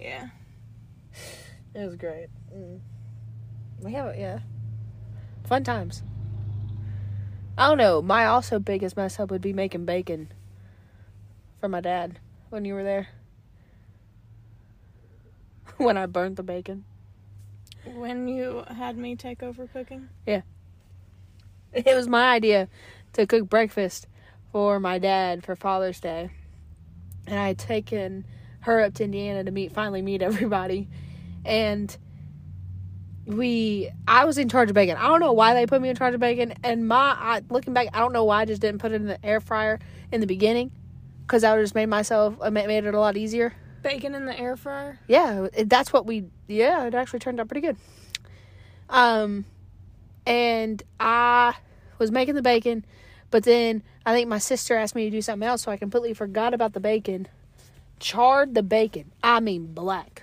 C: Yeah.
A: It was great. Mm. We have it, yeah. Fun times. I don't know. My also biggest mess up would be making bacon for my dad when you were there. when I burnt the bacon.
C: When you had me take over cooking.
A: It was my idea to cook breakfast for my dad for Father's Day. And I had taken her up to Indiana to meet finally meet everybody. And we I was in charge of bacon. I don't know why they put me in charge of bacon and my I, looking back, I don't know why I just didn't put it in the air fryer in the beginning cuz I would have just made myself I ma- made it a lot easier.
C: Bacon in the air fryer.
A: Yeah, it- that's what we. Yeah, it actually turned out pretty good. Um, and I was making the bacon, but then I think my sister asked me to do something else, so I completely forgot about the bacon. Charred the bacon. I mean black.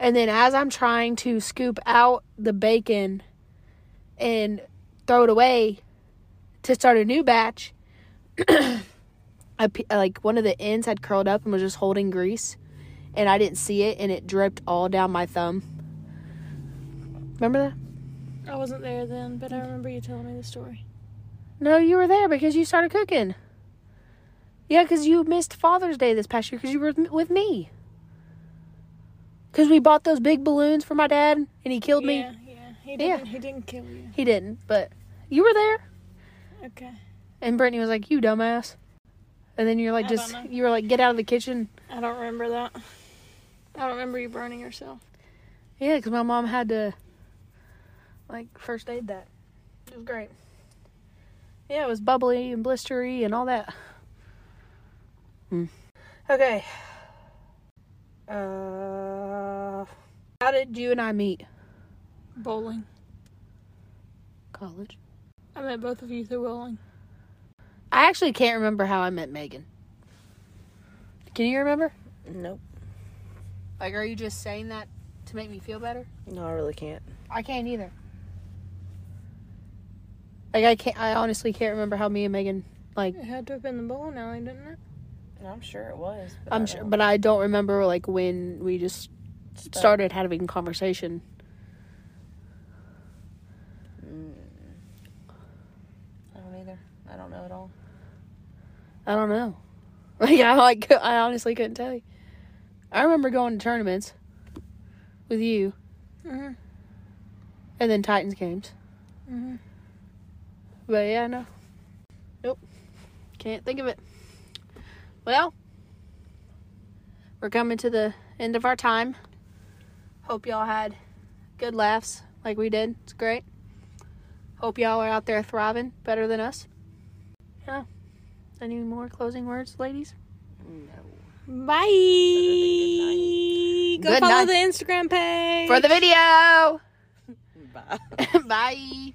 A: And then as I'm trying to scoop out the bacon and throw it away to start a new batch, I pe- like one of the ends had curled up and was just holding grease and I didn't see it, and it dripped all down my thumb. Remember that?
C: I wasn't there then, but I remember you telling me the story.
A: No, you were there because you started cooking. Yeah, because you missed Father's Day this past year because you were with- with me. Because we bought those big balloons for my dad, and he killed me.
C: Yeah, yeah. He
A: Yeah.
C: didn't, he didn't kill you.
A: He didn't, but you were there.
C: Okay.
A: And Brittany was like, "You dumbass," and then you're like,
C: I
A: "Just
C: don't know.
A: you were like, get out of the kitchen."
C: I don't remember that. I don't remember you burning yourself.
A: Yeah, because my mom had to like first aid that. It was great. Yeah, it was bubbly and blistery and all that. Hmm.
G: Okay. Uh,
A: How did you and I meet?
C: Bowling.
A: College.
C: I met both of you through bowling.
G: I actually can't remember how I met Megan.
A: Can you remember?
B: Nope.
G: Like, are you just saying that to make me feel better?
B: No, I really can't.
G: I can't either.
A: Like I can't. I honestly can't remember how me and Megan.
C: It had to have been the bowling alley, didn't it?
B: I'm sure it was.
A: I'm sure, but I don't remember like when we just started having conversation.
B: I don't either. I don't know at all.
A: I don't know. Like I like I honestly couldn't tell you. I remember going to tournaments with you
C: Mm-hmm.
A: and then Titans games.
C: Mhm.
A: But yeah, no. Nope. Can't think of it. Well, we're coming to the end of our time. Hope y'all had good laughs like we did. It's great. Hope y'all are out there thriving better than us. Yeah. Any more closing words, ladies?
C: Bye. Go
G: Good
C: follow
G: night.
C: the Instagram page.
G: For the video!
B: Bye.
G: Bye!